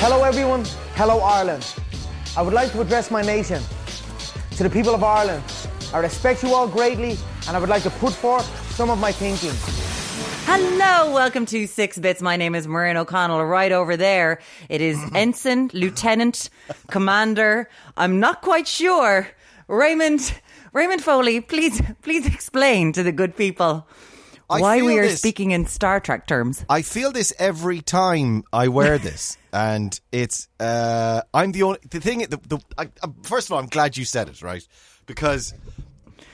Hello, everyone. Hello, Ireland. I would like to address my nation. To the people of Ireland, I respect you all greatly, and I would like to put forth some of my thinking. Hello, welcome to Six Bits. My name is Maureen O'Connell. Right over there, it is Ensign, Lieutenant, Commander. I'm not quite sure. Raymond, Raymond Foley, please, please explain to the good people I why feel we are this- speaking in Star Trek terms. I feel this every time I wear this, and it's uh, I'm the only the thing. The, the, I, I, first of all, I'm glad you said it right because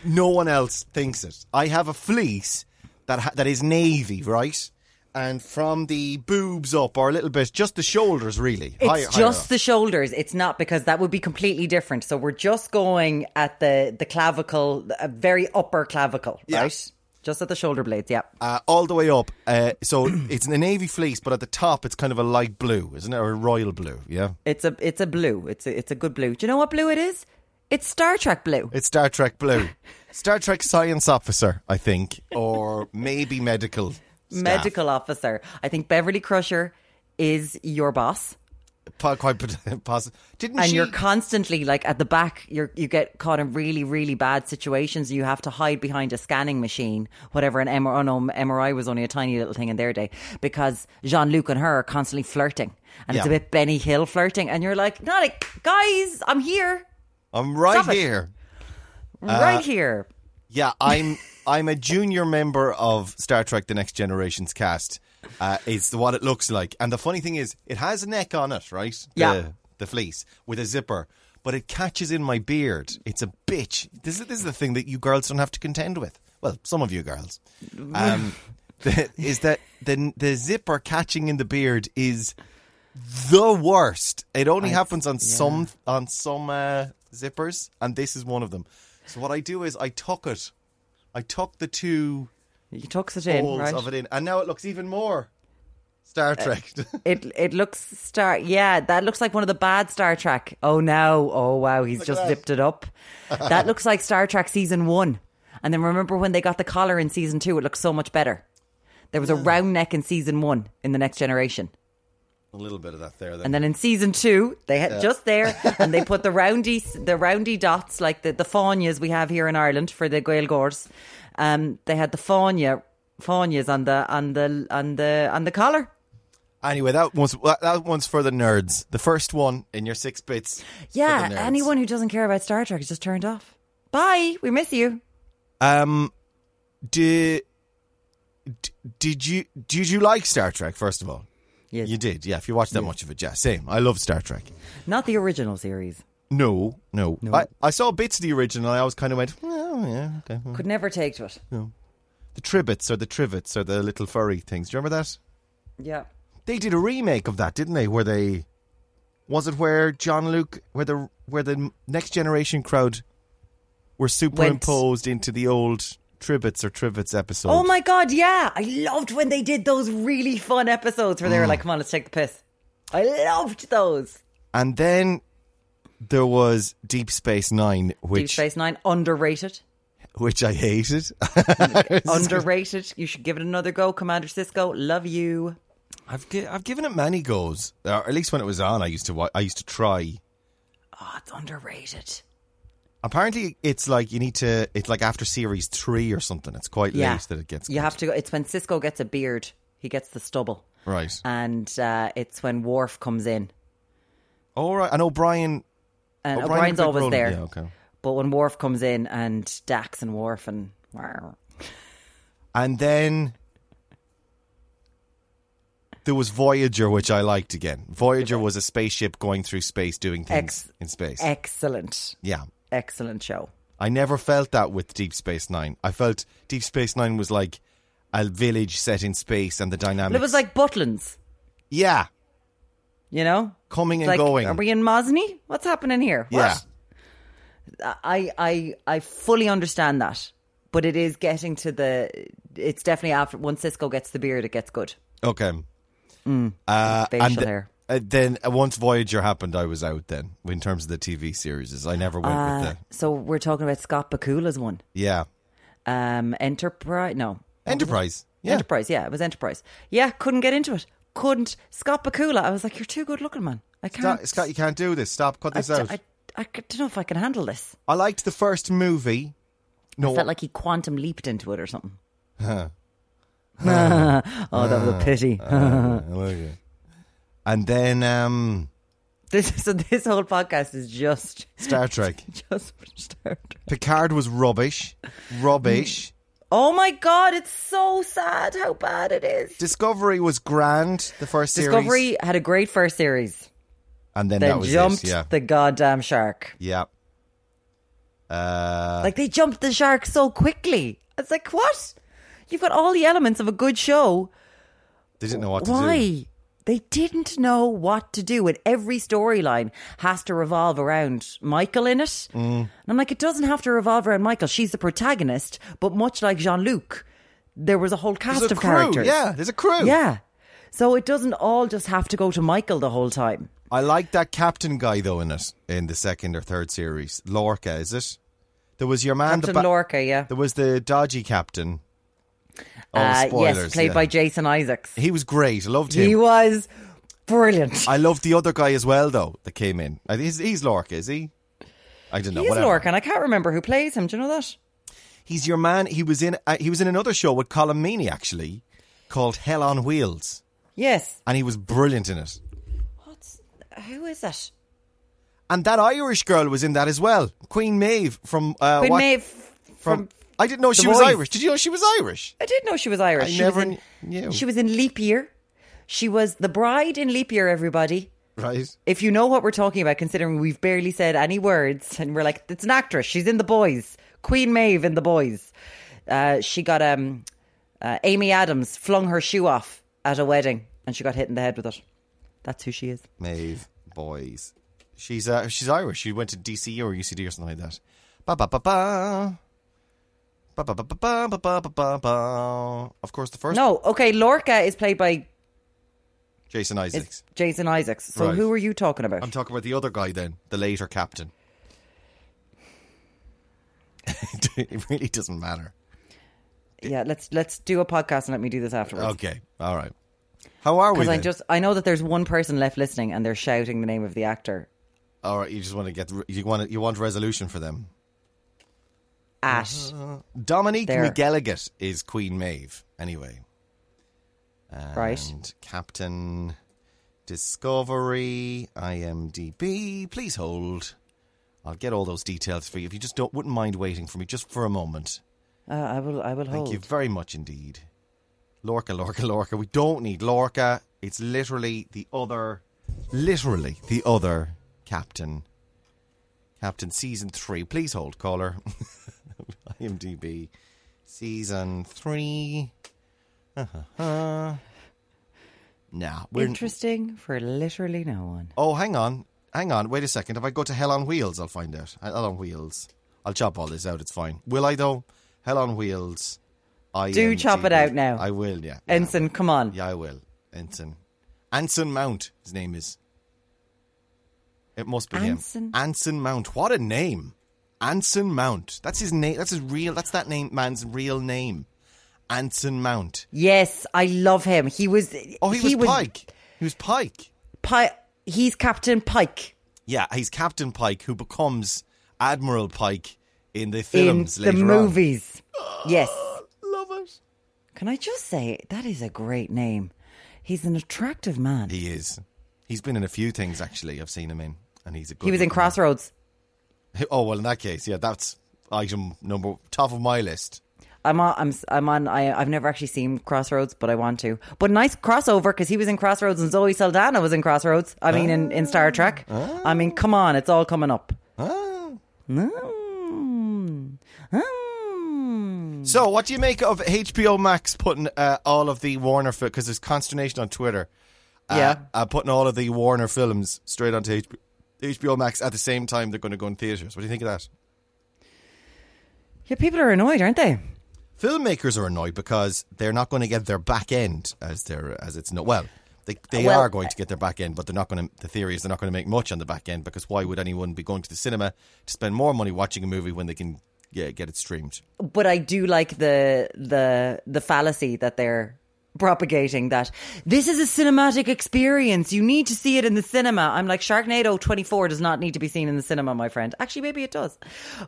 no one else thinks it. I have a fleece that ha- that is navy, right, and from the boobs up or a little bit, just the shoulders, really. It's higher- higher just up. the shoulders. It's not because that would be completely different. So we're just going at the the clavicle, a very upper clavicle, Yeah. right? Just at the shoulder blades. Yeah. uh, all the way up. Uh, so it's a navy fleece, but at the top, it's kind of a light blue, isn't it, or a royal blue? Yeah, It's a it's a blue. It's a it's a good blue. Do you know what blue it is? It's Star Trek blue. It's Star Trek Blue. Star Trek Science Officer, I think, or maybe medical. staff. Medical officer. I think Beverly Crusher is your boss, Po- quite pot- possi- Didn't and she? you're constantly like at the back. You're you get caught in really really bad situations. You have to hide behind a scanning machine, whatever an MRI. Oh no, MRI was only a tiny little thing in their day because Jean Luc and her are constantly flirting, and it's a Yeah. bit Benny Hill flirting, and you're like, not like guys, I'm here, I'm right Stop it. here. Uh, right here. Yeah, I'm. I'm a junior member of Star Trek: The Next Generation's cast. Uh, it's what it looks like, and the funny thing is, it has a neck on it, right? The- Yeah. the fleece with a zipper, but it catches in my beard. It's a bitch. This is this is the thing that you girls don't have to contend with. Well, some of you girls. Um, the, is that the the zipper catching in the beard is the worst. It only happens on some on some uh, zippers, and this is one of them. So what I do is I tuck it. I tuck the two You tucks it in, holes right? Uh, of it in, and now it looks even more Star Trek. It it looks Star. Yeah, that looks like one of the bad Star Trek. Oh no! Oh wow! He's just that. zipped it up. that looks like Star Trek season one. And then remember when they got the collar in season two? It looked so much better. There was a round neck in season one in the Next Generation, a little bit of that there, then. and then in season two they had just there, and they put the roundy the roundy dots like the the faunas we have here in Ireland for the Gaelgors. Um, they had the fauna faunas on the on the on the on the collar. Anyway, that one's well, that one's for the nerds. The first one in your six bits. for Yeah, the nerds. anyone who doesn't care about Star Trek is just turned off. Bye, we miss you. Um, did did you did you like Star Trek? First of all, Yes. you did. Yeah, if you watched that much of it, yeah, same. I love Star Trek. Not the original series. No, no, I, I saw bits of the original. and I always kind of went, oh yeah, okay. Could never take to it. Hmm. The tribits or the trivets or the little furry things. Do you remember that? Yeah. They did a remake of that, didn't they? Where they was it where John Luke, where the where the next generation crowd were superimposed into the old tribits or trivets episode. Oh my god, yeah. I loved when they did those really fun episodes where they Hmm. were like, come on, let's take the piss. I loved those. And then there was Deep Space Nine, Deep which Space Nine, underrated. which I hated. underrated. You should give it another go, Commander Cisco. Love you. I've gi- I've given it many goes, or at least when it was on, I used to wa- I used to try. Oh, it's underrated. Apparently, it's like you need to. It's like after series three or something. It's quite late that it gets. You have to go it's when Cisco gets a beard, he gets the stubble. right. And uh, it's when Worf comes in. All right. And O'Brien. And O'Brien's O'Brien McCullough. Uh, always there. Yeah, okay. But when Worf comes in and Dax and Worf and wow. And then there was Voyager, which I liked again. Voyager was a spaceship going through space, doing things Ex- in space. excellent, yeah. excellent show. I never felt that with Deep Space Nine. I felt Deep Space Nine was like a village set in space and the dynamics. It was like Butlins, yeah, you know, coming It's and like, going. Are we in Mosny? What's happening here? yeah, What? I, I, I fully understand that, but it is getting to the. It's definitely after once Cisco gets the beard, it gets good. okay. Mm. uh, facial and th- hair. uh, then uh, once Voyager happened, I was out. Then in terms of the TV series, I never went Uh, with the so we're talking about Scott Bakula's one, yeah um, Enterprise. No, Enterprise. Yeah, Enterprise. Yeah, it was Enterprise. Yeah, couldn't get into it. couldn't. Scott Bakula, I was like, you're too good looking, man. I can't. Scott, Scott, you can't do this. Stop. Cut I, this out. I, I don't know if I can handle this. I liked the first movie. No, Felt like he quantum leaped into it or something. oh, that was a pity. I like it. And then um, This so this whole podcast is just Star Trek. just started. Picard was rubbish. Rubbish. Oh my god, it's so sad how bad it is. Discovery was grand. The first series. Discovery had a great first series, And then, that then was it, jumped Yeah. the goddamn shark. yeah. Uh, Like they jumped the shark so quickly. It's like what? You've got all the elements of a good show. they didn't know what to do. Why? They didn't know what to do, and every storyline has to revolve around Michael in Mm. it. And I'm like, it doesn't have to revolve around Michael. She's the protagonist, but much like Jean Luc, there was a whole cast There's a of crew. characters. Yeah, there's a crew. Yeah. So it doesn't all just have to go to Michael the whole time. I like that captain guy though in it in the second or third series. Lorca, is it? There was your man Captain the ba- Lorca, yeah. There was the dodgy captain. Oh, Uh, spoilers! yes, played yeah. by Jason Isaacs. He was great. I loved him. He was brilliant. I loved the other guy as well though that came in. I think He's, he's Lorca, is he? I don't know. He is whatever. Lorcan. I can't remember who plays him. Do you know that? He's your man. He was in. Uh, he was in another show with Colin Meaney actually, called Hell on Wheels, Yes. and he was brilliant in it. What's, who is it? And that Irish girl was in that as well, Queen Maeve from uh, Queen what- Maeve From, from I didn't know she was Voice. Irish. Did you know she was Irish? I did know she was Irish. I she never was in, kn- knew. She was in Leap Year. She was the bride in Leap Year. Everybody, Right. if you know what we're talking about, considering we've barely said any words, and we're like, it's an actress. She's in The Boys. Queen Maeve in The Boys. Uh, she got um, uh, Amy Adams flung her shoe off at a wedding, and she got hit in the head with it. That's who she is. Maeve Boys. She's uh, she's Irish. She went to DC or UCD or something like that. Ba ba ba ba. Ba ba ba ba ba ba ba ba ba ba. Of course, the first No, okay. Lorca is played by Jason Isaacs. Jason Isaacs. So Right. who are you talking about? I'm talking about the other guy then, the later captain. it really doesn't matter. yeah, let's let's do a podcast and let me do this afterwards. Okay, all right. How are we? Because I Then? just I know that there's one person left listening and they're shouting the name of the actor All right, you just want to get you want you want resolution for them. at Uh-huh. Dominique There. McGilligut is Queen Maeve, anyway. right. And Captain Discovery, IMDb. Please hold. I'll get all those details for you if you just don't wouldn't mind waiting for me just for a moment. Uh, I will I will Thank hold. you very much indeed. Lorca, Lorca, Lorca. We don't need Lorca. It's literally the other, literally the other captain. Captain season three. Please hold, caller. IMDb season three. Uh-huh. Nah, we're Interesting for literally no one. Oh, hang on. Hang on. Wait a second. If I go to Hell on Wheels, I'll find out. Hell on Wheels. I'll chop all this out. It's fine. Will I, though? Hell on Wheels. I Do chop it out now. I will, yeah. Yeah, Ensign, come on. Yeah, I will. Ensign. Anson Mount, his name is. It must be Anson? him. Anson Mount. What a name. Anson Mount. That's his name. That's his real. That's that name man's real name. Anson Mount. Yes, I love him. He was Oh, he, was Pike. He was Pike. Pi- he's Captain Pike Yeah, he's Captain Pike, who becomes Admiral Pike in the in films the later movies. yes. On. Love it. Can I just say that is a great name. He's an attractive man. He, He is. He's been in a few things actually. I've seen him in, and he's a good. was in looking man. Crossroads. Oh well, in that case, yeah, that's item number top of my list. I'm on. I'm. I'm on. I, I've never actually seen Crossroads, but I want to. But nice crossover because he was in Crossroads and Zoe Saldana was in Crossroads. I mean, in, in Star Trek. I mean, come on, it's all coming up. Ah. Mm. Mm. So, what do you make of HBO Max putting uh, all of the Warner films? Because there's consternation on Twitter. Uh, Yeah. uh, putting all of the Warner films straight onto HBO, HBO Max at the same time they're going to go in theaters. What do you think of that? Yeah, people are annoyed, aren't they? filmmakers are annoyed because they're not going to get their back end as their as it's no well uh, they, they Well, are going to get their back end but they're not going to the theory is they're not going to make much on the back end because why would anyone be going to the cinema to spend more money watching a movie when they can yeah, get it streamed But I do like the the the fallacy that they're propagating that this is a cinematic experience. You need to see it in the cinema. I'm like Sharknado 24 does not need to be seen in the cinema, my friend. Actually, maybe it does,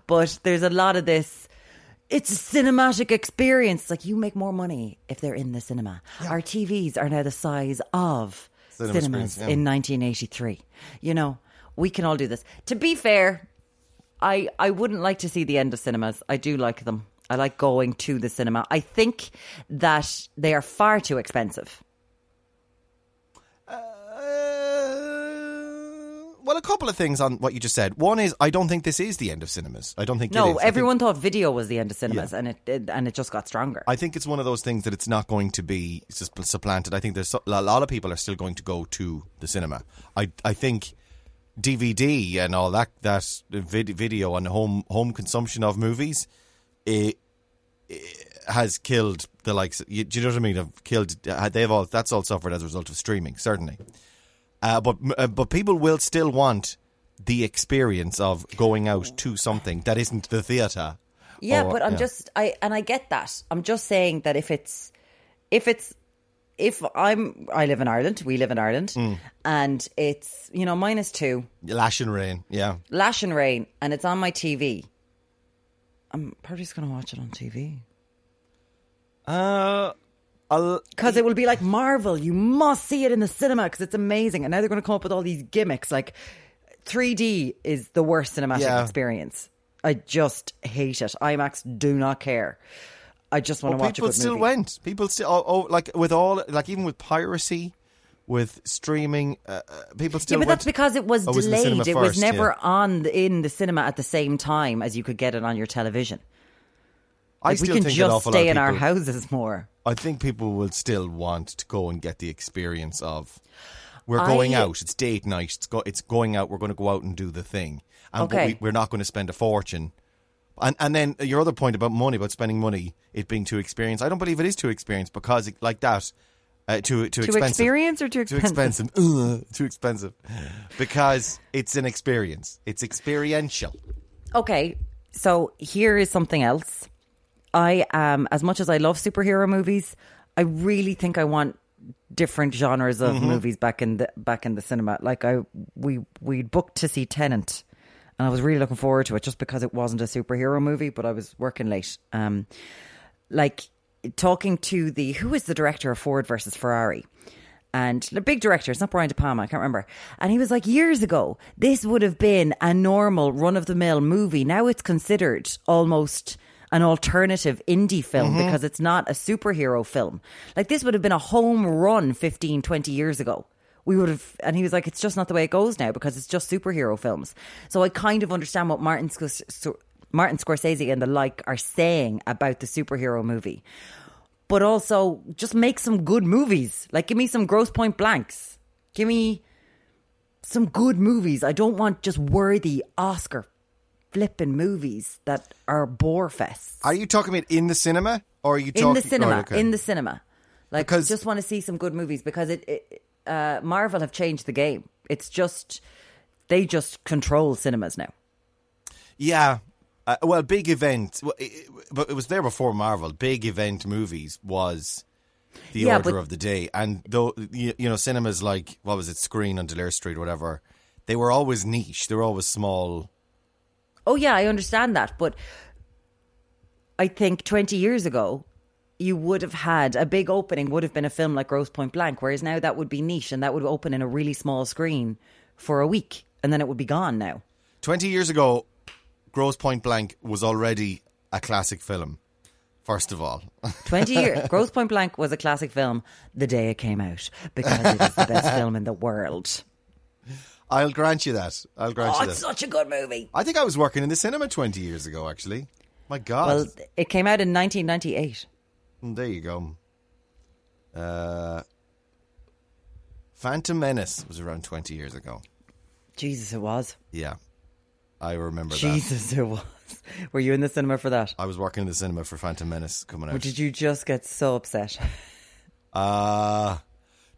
but there's a lot of this. It's a cinematic experience. It's like you make more money if they're in the cinema. Our TVs are now the size of Cinema cinemas screens, yeah. in 1983. You know, we can all do this. To be fair, I I wouldn't like to see the end of cinemas. I do like them. I like going to the cinema. I think that they are far too expensive. Uh, well, a couple of things on what you just said. One is I don't think this is the end of cinemas. I don't think it No, is. I think- everyone thought video was the end of cinemas, Yeah. and it, it and it just got stronger. I think it's one of those things that it's not going to be sus- supplanted. I think there's so- a lot of people are still going to go to the cinema. I I think DVD and all that that vid- video and home home consumption of movies, it, it has killed the likes. You, do you know what I mean? Have killed. uh, They've all that's all suffered as a result of streaming, certainly. Uh, but uh, but people will still want the experience of going out to something that isn't the theater. Yeah, or- but I'm yeah. just I and I get that. I'm just saying that if it's if it's if I'm I live in Ireland, we live in Ireland, Mm. and it's you know minus two, lash and rain. Yeah. lash and rain, and it's on my TV. I'm probably just gonna watch it on TV Uh, I'll, because it will be like Marvel. You must see it in the cinema because it's amazing. And now they're gonna come up with all these gimmicks like 3D is the worst cinematic Yeah. experience. I just hate it. IMAX do not care. I just want to watch a people good still movie. went. People still, oh, oh, like with all, like even with piracy, with streaming, uh, uh, people Yeah, still. but went. that's because it was Oh, it was in the delayed. it cinema was first, never yeah. on the, in the cinema at the same time as you could get it on your television. I Like, we still can think an just awful lot of stay in our people- houses more. I think people will still want to go and get the experience of. We're going I- out. It's date night. It's go, It's going out. We're going to go out and do the thing, and Okay. we, we're not going to spend a fortune. And and then your other point about money, about spending money, it being too experienced. I don't believe it is too experienced because it, like that, uh, too too, Too expensive. experience or too too expensive? expensive. Ugh, too expensive. Because it's an experience. It's experiential. Okay, so here is something else. I am as much as I love superhero movies, I really think I want different genres of movies back in the back in the cinema. Like I we we booked to see Tenant and I was really looking forward to it just because it wasn't a superhero movie, but I was working late. Um like talking to the who is the director of Ford versus Ferrari. And the big director, it's not Brian De Palma, I can't remember. And he was like, years ago, this would have been a normal run of the mill movie. Now it's considered almost an alternative indie film because it's not a superhero film. Like this would have been a home run 15, 20 years ago. We would have, and he was like, it's just not the way it goes now because it's just superhero films. So I kind of understand what Martin, Scors- Scor- Martin Scorsese and the like are saying about the superhero movie but also just make some good movies. Like, give me some gross point blanks. Give me some good movies. I don't want just worthy Oscar flipping movies that are bore fests. Are you talking about in the cinema? Or are you In talking the cinema, Right, okay. in the cinema. Like, Because- just want to see some good movies because it, it uh, Marvel have changed the game. It's just they just control cinemas now. Yeah. Uh, well, big event, well, it, it- but it was there before Marvel. Big event movies was the Yeah, order but- of the day, and though you, you know, cinemas like what was it, Screen on Delair Street, or whatever, they were always niche. They were always small. Oh yeah, I understand that, but I think 20 years ago you would have had a big opening would have been a film like Gross Point Blank whereas now that would be niche and that would open in a really small screen for a week and then it would be gone now. Twenty years ago, Gross Point Blank was already a classic film. First of all, 20 years Gross Point Blank was a classic film the day it came out because it is the best film in the world. I'll grant you that. I'll grant Oh, you that. it's such a good movie. I think I was working in the cinema 20 years ago, actually. My God. Well, it came out in 1998. Mm, there you go. Uh, Phantom Menace was around 20 years ago. Jesus it was. Yeah. I remember that. Jesus it was. Were you in the cinema for that? I was working in the cinema for Phantom Menace coming Or out. did you just get so upset? Uh,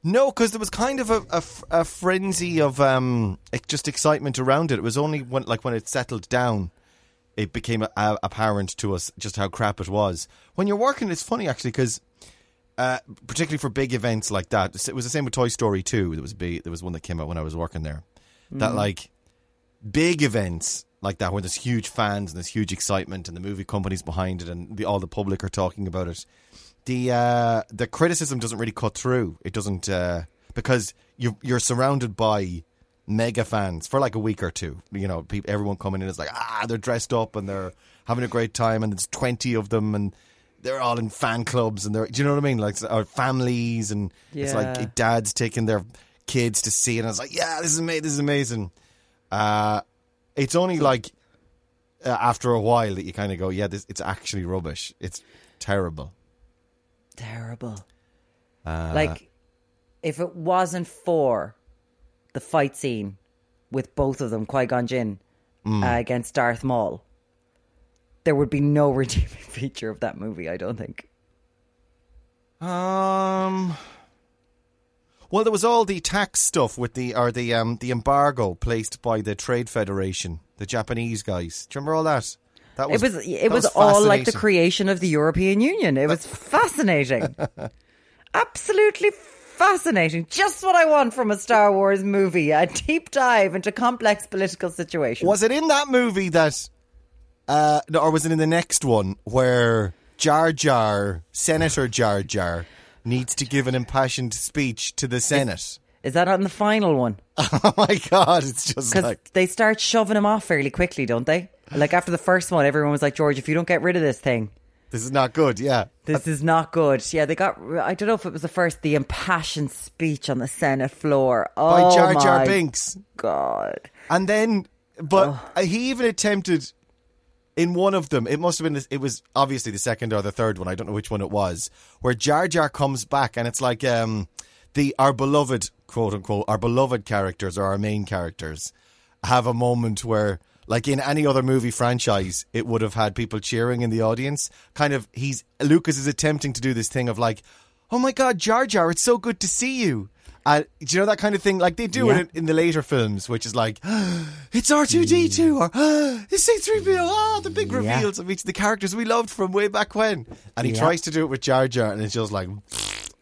no, because there was kind of a, a f- a frenzy of um, ex- just excitement around it. It was only when, like, when it settled down, it became a, a- apparent to us just how crap it was. When you're working, it's funny actually because uh, particularly for big events like that. It was the same with Toy Story 2. There was a big, there was one that came out when I was working there. That like big events like that where there's huge fans and there's huge excitement and the movie companies behind it and the, all the public are talking about it. The uh, the criticism doesn't really cut through. It doesn't uh, because you you're surrounded by mega fans for like a week or two. You know, peop everyone coming in is like, ah, they're dressed up and they're having a great time, and there's twenty of them, and they're all in fan clubs, and they're, do you know what I mean? Like, our families, and it's Yeah. like dads taking their kids to see it, and it's like, yeah, this is amazing, this is amazing. Uh, it's only like uh, after a while that you kind of go, yeah, this it's actually rubbish. It's terrible. Terrible. Uh, like, if it wasn't for the fight scene with both of them, Qui Gon Jinn Mm. uh, against Darth Maul, there would be no redeeming feature of that movie. I don't think. Um. Well, there was all the tax stuff with the or the um the embargo placed by the Trade Federation, the Japanese guys. Do you remember all that? That It was it that was, all like the fascinating. creation of the European Union. It was fascinating. Absolutely fascinating. Just what I want from a Star Wars movie. A deep dive into complex political situations. Was it in that movie that, uh, no, or was it in the next one where Jar Jar, Senator Jar Jar, needs to give an impassioned speech to the Senate? Is that on the final one? oh my God! It's just Because like they start shoving him off fairly quickly, don't they? Like after the first one, everyone was like, George, if you don't get rid of this thing, this is not good. Yeah, this is not good. Yeah, they got, I don't know if it was the first, the impassioned speech on the Senate floor. Oh, by Jar Jar my Binks. God. And then, but uh, he even attempted in one of them. It must have been. This, it was obviously the second or the third one. I don't know which one it was. Where Jar Jar comes back, and it's like um, the our beloved quote unquote our beloved characters or our main characters have a moment where. Like in any other movie franchise, it would have had people cheering in the audience. Kind of, he's Lucas is attempting to do this thing of like, "Oh my God, Jar Jar, it's so good to see you." Uh, do you know that kind of thing? Like they do Yeah. it in, in the later films, which is like, it's R two D two or it's C three PO. Ah, the big Mm. Yeah. reveals of each of the characters we loved from way back when. And he Yeah. tries to do it with Jar Jar, and it's just like,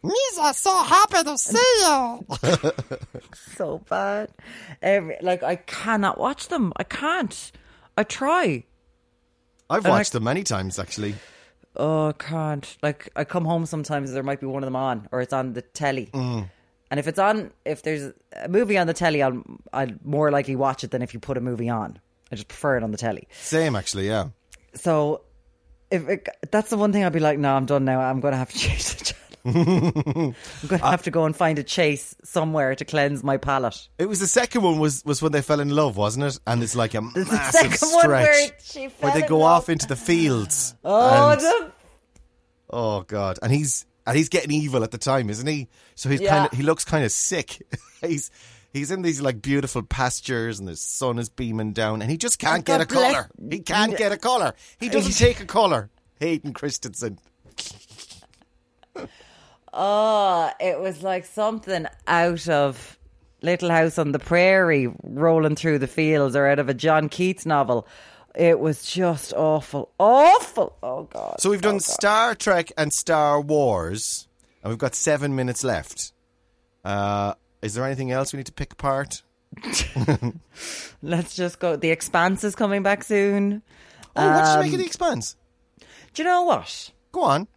Misa, so happy to see you. so bad. Every, like I cannot watch them. I can't. I try. I've watched them many times actually. Oh, I can't. Like I come home sometimes. There might be one of them on, or it's on the telly. And if it's on, if there's a movie on the telly, I'll I'll more likely watch it than if you put a movie on. I just prefer it on the telly. Same actually, yeah. So if it, that's the one thing I'd be like, no, I'm done now. I'm going to have to change the channel. I'm going to have to go and find a chase somewhere to cleanse my palate. It was the second one was was when they fell in love, wasn't it? And it's like a the massive second stretch one where she fell they in go love. off into the fields. Oh, and- the Oh god, and he's and he's getting evil at the time, isn't he? So he's Yeah. kind of he looks kind of sick. he's he's in these like beautiful pastures, and the sun is beaming down, and he just can't God get a bless- collar. He can't get a collar. He doesn't take a collar. Hayden Christensen. Oh, it was like something out of Little House on the Prairie rolling through the fields or out of a John Keats novel. It was just awful. Awful. Oh, God. So we've done Star Trek and Star Wars, and we've got seven minutes left. Uh, is there anything else we need to pick apart? Let's just go. The Expanse is coming back soon. Oh, what did you Um, make of the Expanse? Do you know what? Go on.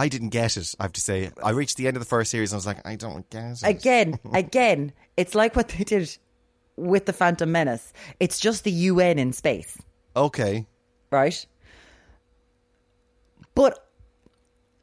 I didn't get it. I have to say, I reached the end of the first series, and I was like, I don't get it. Again, again, it's like what they did with The Phantom Menace. It's just the UN in space. Okay. right? But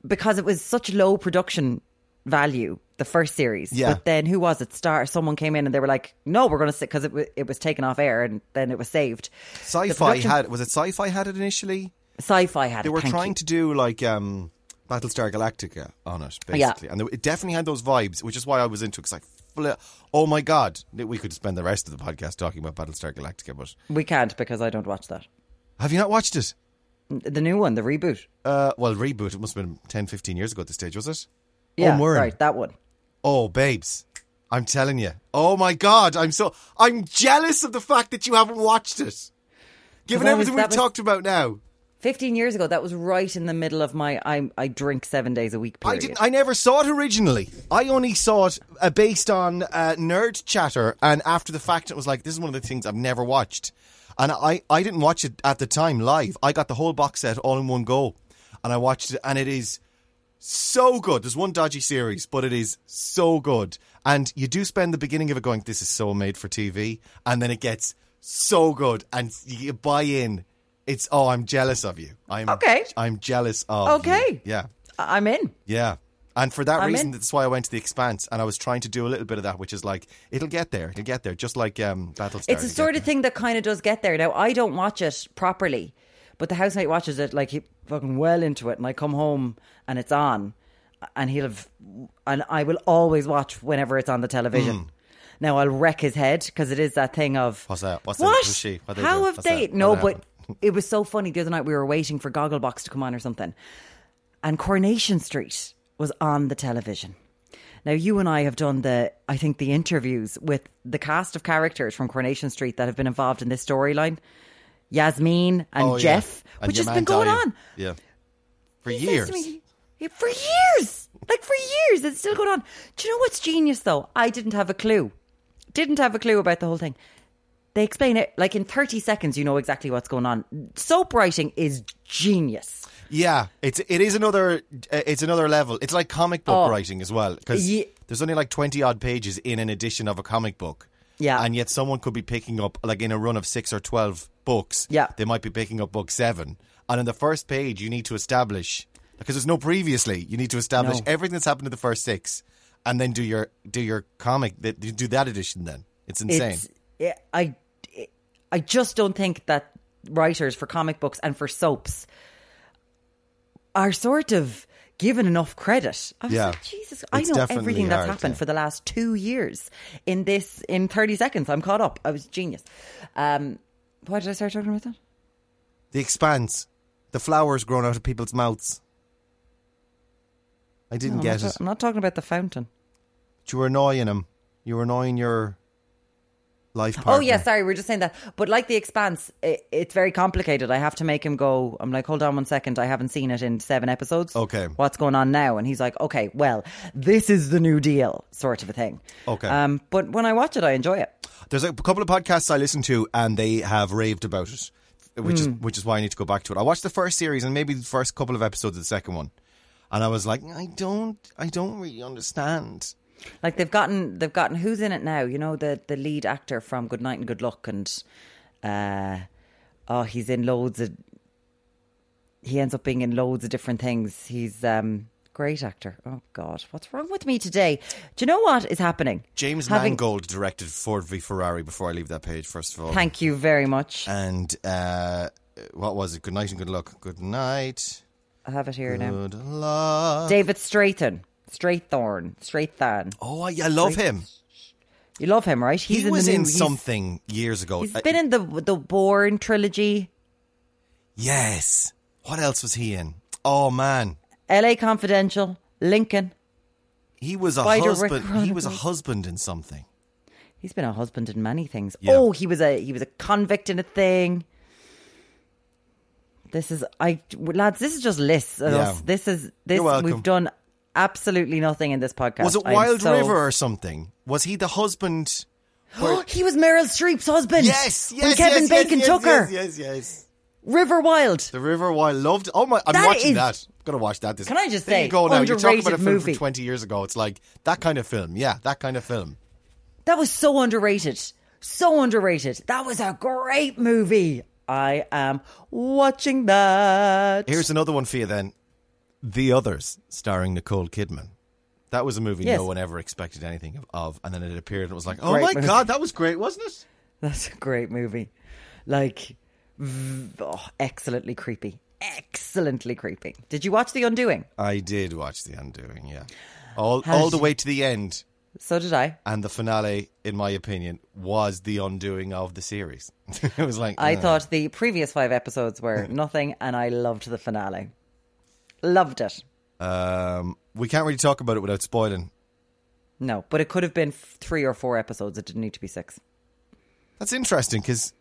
because it was such low production value, the first series. Yeah. But then who was it? Star. Someone came in and they were like, "No, we're going to sit because it wa it was taken off air and then it was saved." The Sci-fi production- had was it sci-fi had it initially? Sci-fi had. They it, were thank trying you. to do like um Battlestar Galactica on it Oh, Yeah. basically. And they- it definitely had those vibes, which is why I was into it cuz I fli- oh my god, we could spend the rest of the podcast talking about Battlestar Galactica, but We can't because I don't watch that. have you not watched it? The new one, the reboot. Uh, well, reboot. It must have been 10, 15 years ago at this stage, was it? Yeah, Onward. right. That one. Oh, babes, I'm telling you. Oh my God, I'm so I'm jealous of the fact that you haven't watched it. Given that was- everything that we've was- talked about now, 15 years ago, that was right in the middle of my I, I drink seven days a week period. I didn't. I never saw it originally. I only saw it uh, based on uh, nerd chatter, and after the fact, it was like this is one of the things I've never watched, and I I didn't watch it at the time live. I got the whole box set all in one go, and I watched it, and it is so good. There's one dodgy series, but it is so good, and you do spend the beginning of it going, "This is so made for TV," and then it gets so good, and you buy in. It's oh, I'm jealous of you. I'm Okay. I'm jealous of. you. Okay. Yeah. I- I'm in. Yeah. And for that I'm reason, in. that's why I went to the Expanse, and I was trying to do a little bit of that, which is like it'll get there, it'll get there, just like um, Battlestar. It's the sort of thing that kind of does get there. Now, I don't watch it properly, but the housemate watches it like he fucking well into it, and I come home and it's on, and he'll have, and I will always watch whenever it's on the television. Now I'll wreck his head because it is that thing of Hmm. What's that? What's that? what? Who's she? What they How do? have What's they? that? No, What but happened? it was so funny the other night. We were waiting for Gogglebox to come on or something, and Coronation Street was on the television. Now, you and I have done the, I think, the interviews with the cast of characters from Coronation Street that have been involved in this storyline Yasmin and Oh, yeah. Jeff, And which your has man been going dying. on yeah, for he says years. to me, "Yeah, for years. Like for years. It's still going on. Do you know what's genius though? I didn't have a clue. Didn't have a clue about the whole thing. They explain it like in 30 seconds, you know exactly what's going on. Soap writing is genius. Yeah, it's it is another uh, it's another level. It's like comic book Oh. writing as well because Ye- there's only like twenty odd pages in an edition of a comic book. Yeah. and yet someone could be picking up like in a run of six or twelve books. Yeah. they might be picking up book seven, and in the first page you need to establish because there's no previously. You need to establish No. everything that's happened in the first six, and then do your do your comic that you do that edition. Then it's insane. It's it, I it- I just don't think that writers for comic books and for soaps are sort of given enough credit. I was Yeah. like, Jesus, I It's know definitely everything that's hard, happened yeah. for the last two years in this in thirty seconds. I'm caught up. I was genius. Um, why did I start talking about that? The expanse, the flowers grown out of people's mouths. I didn't I'm, get not, it. I'm not talking about the fountain. You were annoying him. You were annoying your life partner. Oh yeah, sorry, we are just saying that. But like the Expanse, i it's very complicated. I have to make him go. I'm like, hold on one second. I haven't seen it in seven episodes. Okay. what's going on now? And he's like, okay, well, this is the New Deal, sort of a thing. Okay. Um, but when I watch it, I enjoy it. There's a couple of podcasts I listen to, and they have raved about it, which Hmm. is which is why I need to go back to it. I watched the first series and maybe the first couple of episodes of the second one, and I was like, I don't, I don't really understand. Like they've gotten, they've gotten who's in it now? You know the the lead actor from Good Night and Good Luck, and uh, oh, he's in loads of. He ends up being in loads of different things. He's um great actor. Oh God, what's wrong with me today? Do you know what is happening? James Having- Mangold directed Ford v Ferrari. Before I leave that page, first of all, Thank you very much. and uh, what was it? Good night and good luck. Good night. I have it here now. Good luck. David Straithan, Straithorn, Straithan. Oh, I, I love him. You love him, right? He's He was the new, in he's- something years ago. He's Uh, been in the the Bourne trilogy, yes. What else was he in? Oh man, L.A. Confidential, Lincoln. he was a Spider Rick husband. He was a Chronicles. husband in something. He's been a husband in many things. Yeah. Oh, he was a he was a convict in a thing. This is I lads. This is just lists. of Yeah. us. This is this. You're welcome. We've done absolutely nothing in this podcast. Was it I'm Wild so- River or something? Was he the husband? he was Meryl Streep's husband. Yes, yes, when Kevin yes, yes, Bacon yes, took yes, her. Yes, yes, yes. River Wild. The River Wild loved. Oh my! I'm That watching is- that. I'm gonna watch that. This Can I just there say, you go now. You're talking about a underrated film movie. from 20 years ago. It's like that kind of film. Yeah, that kind of film. That was so underrated. So underrated. That was a great movie. I am watching that. Here's another one for you then. The Others, starring Nicole Kidman. That was a movie Yes. no one ever expected anything of, of, and then it appeared and it was like, oh Great my movie. god, that was great, wasn't it? That's a great movie. Like, v- oh, excellently creepy. Excellently creepy. Did you watch The Undoing? I did watch The Undoing, yeah. All, How all did the you- way to the end, So did I. and the finale, in my opinion, was the undoing of the series. it was like, I uh, thought the previous five episodes were nothing, and I loved the finale. Loved it. um, we can't really talk about it without spoiling. No, but it could have been f- three or four episodes. It didn't need to be six. That's interesting because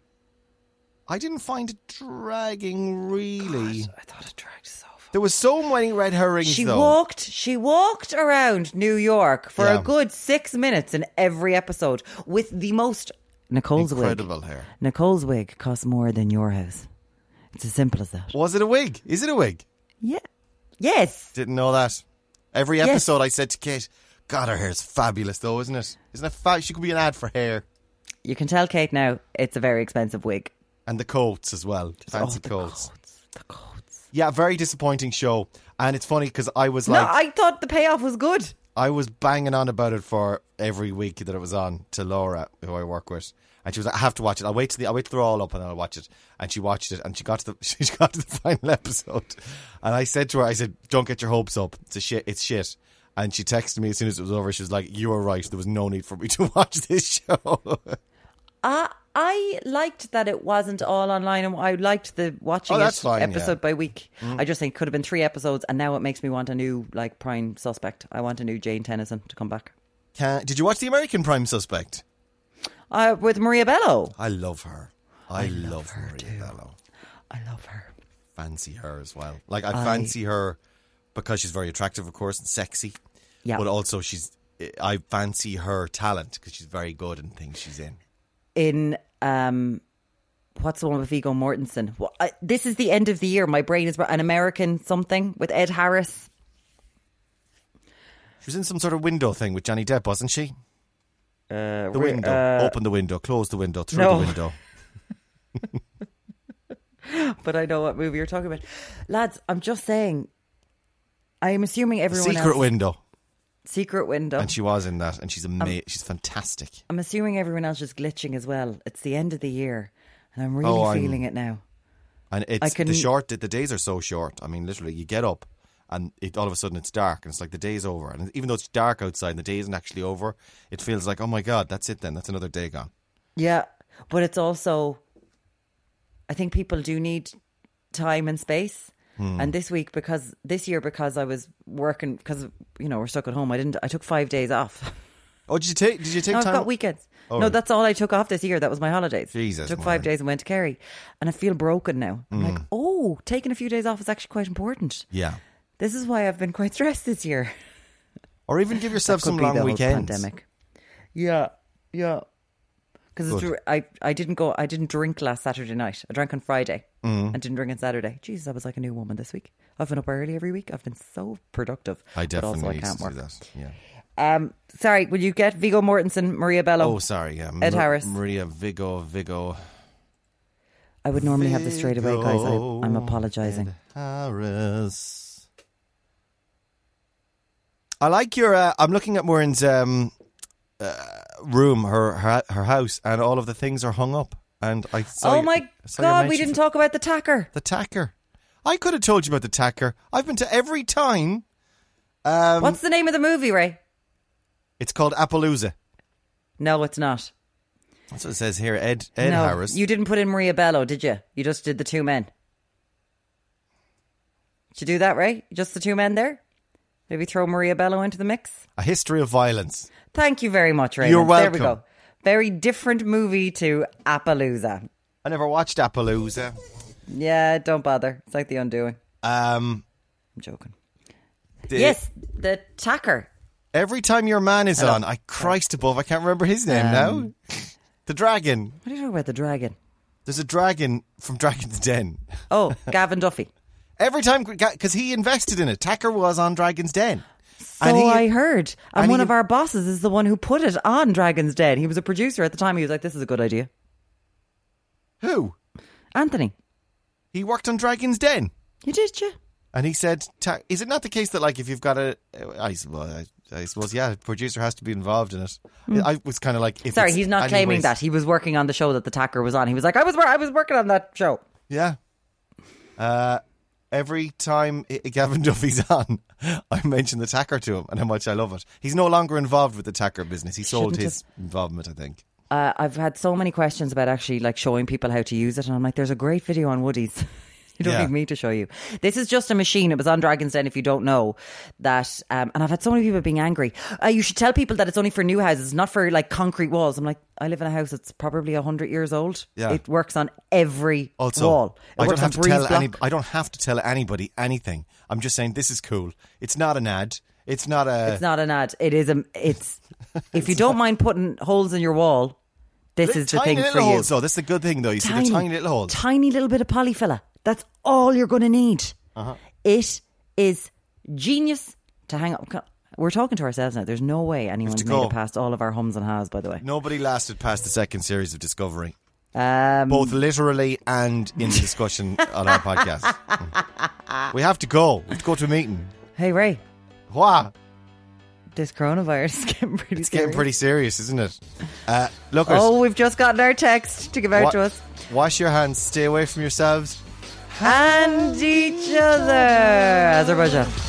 I didn't find it dragging really. I thought it dragged so far. There was so many red herrings She though. walked. She walked around New York for Yeah. a good six minutes in every episode with the most Nicole's wig. Incredible hair. Nicole's wig costs more than your house. It's as simple as that. Was it a wig? Is it a wig? Yeah. Yes. Didn't know that. Every episode, I said to Kate, "God, her hair's fabulous, though, isn't it? Isn't it? Fa- she could be an ad for hair You can tell Kate now. It's a very expensive wig. and the coats as well, fancy Oh, the coats. The codes. Yeah, very disappointing show. And it's funny because I was No, like, I thought the payoff was good. I was banging on about it for every week that it was on to Laura, who I work with, and she was like, "I have to watch it. I'll wait till the, I'll wait till they're all up, and then I'll watch it." And she watched it, and she got to the she got to the final episode, and I said to her, "I said, don't get your hopes up. It's a shit. It's shit." And she texted me as soon as it was over. She was like, "You were right. There was no need for me to watch this show." I I liked that it wasn't all online, and I liked the watching Oh, that's it fine, episode yeah. Mm-hmm. by week. I just think it could have been three episodes, and now it makes me want a new like prime suspect. I want a new Jane Tennyson to come back. Can, did you watch the American Prime Suspect? Uh, with Maria Bello, I love her. I, love, Maria Bello. I love her. fancy her as well. Like I fancy her because she's very attractive, of course, and sexy. Yeah. But also she's I fancy her talent because she's very good in things she's in. in um what's the one with Vigo Mortensen? Wha- I- This is the end of the year. My brain is an American something with Ed Harris. She was in some sort of window thing with Johnny Depp, wasn't she? Uh, The window. Open the window, close the window, through No. the window. Oh. but I know what movie you're talking about, lads. I'm just saying. I am assuming everyone Secret else, Oh. window. secret window. And she was in that and she's Um, amazing. she's fantastic. I'm assuming everyone else is glitching as well. It's the end of the year, and I'm really Oh, I'm- feeling it now. And it's I can- the short that the days are so short. I mean, literally, you get up and it all of a sudden it's dark and it's like the day's over. And even though it's dark outside and the day isn't actually over, it feels like, oh my God, that's it then. That's another day gone. Yeah, but it's also, I think people do need time and space. Hmm. And this week, because this year, because I was working, because you know we're stuck at home, I didn't. I took five days off. Oh, did you take? Did you take no, I've time? got weekends. Oh, no, right. that's all I took off this year. That was my holidays. Jesus, Hmm. took five Maureen. days and went to Kerry, and I feel broken now. I'm like, oh, taking a few days off is actually quite important. Yeah. This is why I've been quite stressed this year. Or even give yourself could some be the long whole weekends. Pandemic. Yeah, yeah. Because Good. I I didn't go. I didn't drink last Saturday night. I drank on Friday Mm. and didn't drink on Saturday. Jesus, I was like a new woman this week. I've been up early every week. I've been so productive. I definitely but also I used can't to work. do that. Yeah. Um, sorry. Will you get Vigo Mortensen, Maria Bello? Oh, sorry. Yeah. Ed Ma- Harris. Maria Vigo. Vigo. I would normally have this straight away, guys. I, I'm Vigo apologising. Harris. I like your. Uh, I'm looking at Maureen's um, uh, room, her, her her house, and all of the things are hung up. And I saw. Oh your- my I saw your God, we mention didn't for talk about the tacker. the tacker. I could have told you about the tacker. I've been to every time. Um, What's the name of the movie, Ray? It's called Appaloosa. No, it's not. That's what it says here. Ed Ed no, Harris. You didn't put in Maria Bello, did you? You just did the two men. Did you do that right? Just the two men there? Maybe throw Maria Bello into the mix? A history of violence. Thank you very much, Raymond. You're There we welcome. go. Very different movie to Appaloosa. I never watched Appaloosa. Yeah, don't bother. It's like The Undoing. Um, I'm joking. the- yes, The Tacker. Every time your man is on, I Christ above, I can't remember his name now. Um, The dragon. What are you talking about, the dragon? There's a dragon from Dragon's Den. Oh, Gavin Duffy. Every time, because he invested in it. Tacker was on Dragon's Den. So Oh, I heard. And, and one he- of our bosses is the one who put it on Dragon's Den. He was a producer at the time. He was like, this is a good idea. Who? Anthony, He worked on Dragon's Den. you did you? And he said, Ta- "Is it not the case that like if you've got a, uh, I suppose, I, I suppose, yeah, producer has to be involved in it." I was kind of like, if Hmm. Sorry, it's he's not any claiming ways- that. He was working on the show that the tacker was on. He was like, I was wor- I was working on that show. Yeah. Uh, every time I- Gavin Duffy's on, I mention the tacker to him and how much I love it. He's no longer involved with the tacker business. He sold Shouldn't his involvement, I think. Uh, I've had so many questions about actually like showing people how to use it, and I'm like, there's a great video on Woody's. You don't Yeah. need me to show you. This is just a machine. It was on Dragon's Den, if you don't know that. Um, and I've had so many people being angry. Uh, you should tell people that it's only for new houses, not for like concrete walls. I'm like, I live in a house that's probably 100 years old. Yeah. It works on every Also, wall. It I works don't have on to tell breeze block. any, I don't have to tell anybody anything. I'm just saying this is cool. It's not an ad. It's not a. It's not an ad. It is a, it's, if you don't mind putting holes in your wall, this is the tiny thing little for you. holes, though. That's the good thing, though. You see, the tiny little holes. tiny little bit of polyfilla. That's all you're going to need. Uh-huh. It is genius to hang up. We're talking to ourselves now. There's no way anyone's to made go. it past all of our hums and has. By the way, Nobody lasted past the second series of Discovery, um, both literally and in the discussion on our podcast. Mm. We have to go. We have to go to a meeting. hey Ray, Wow. this coronavirus is getting pretty. It's getting serious. pretty serious, isn't it? Uh, lookers, Oh, we've just gotten our text to give out wa- to us wash your hands, stay away from yourselves. and each other, Azerbaijan.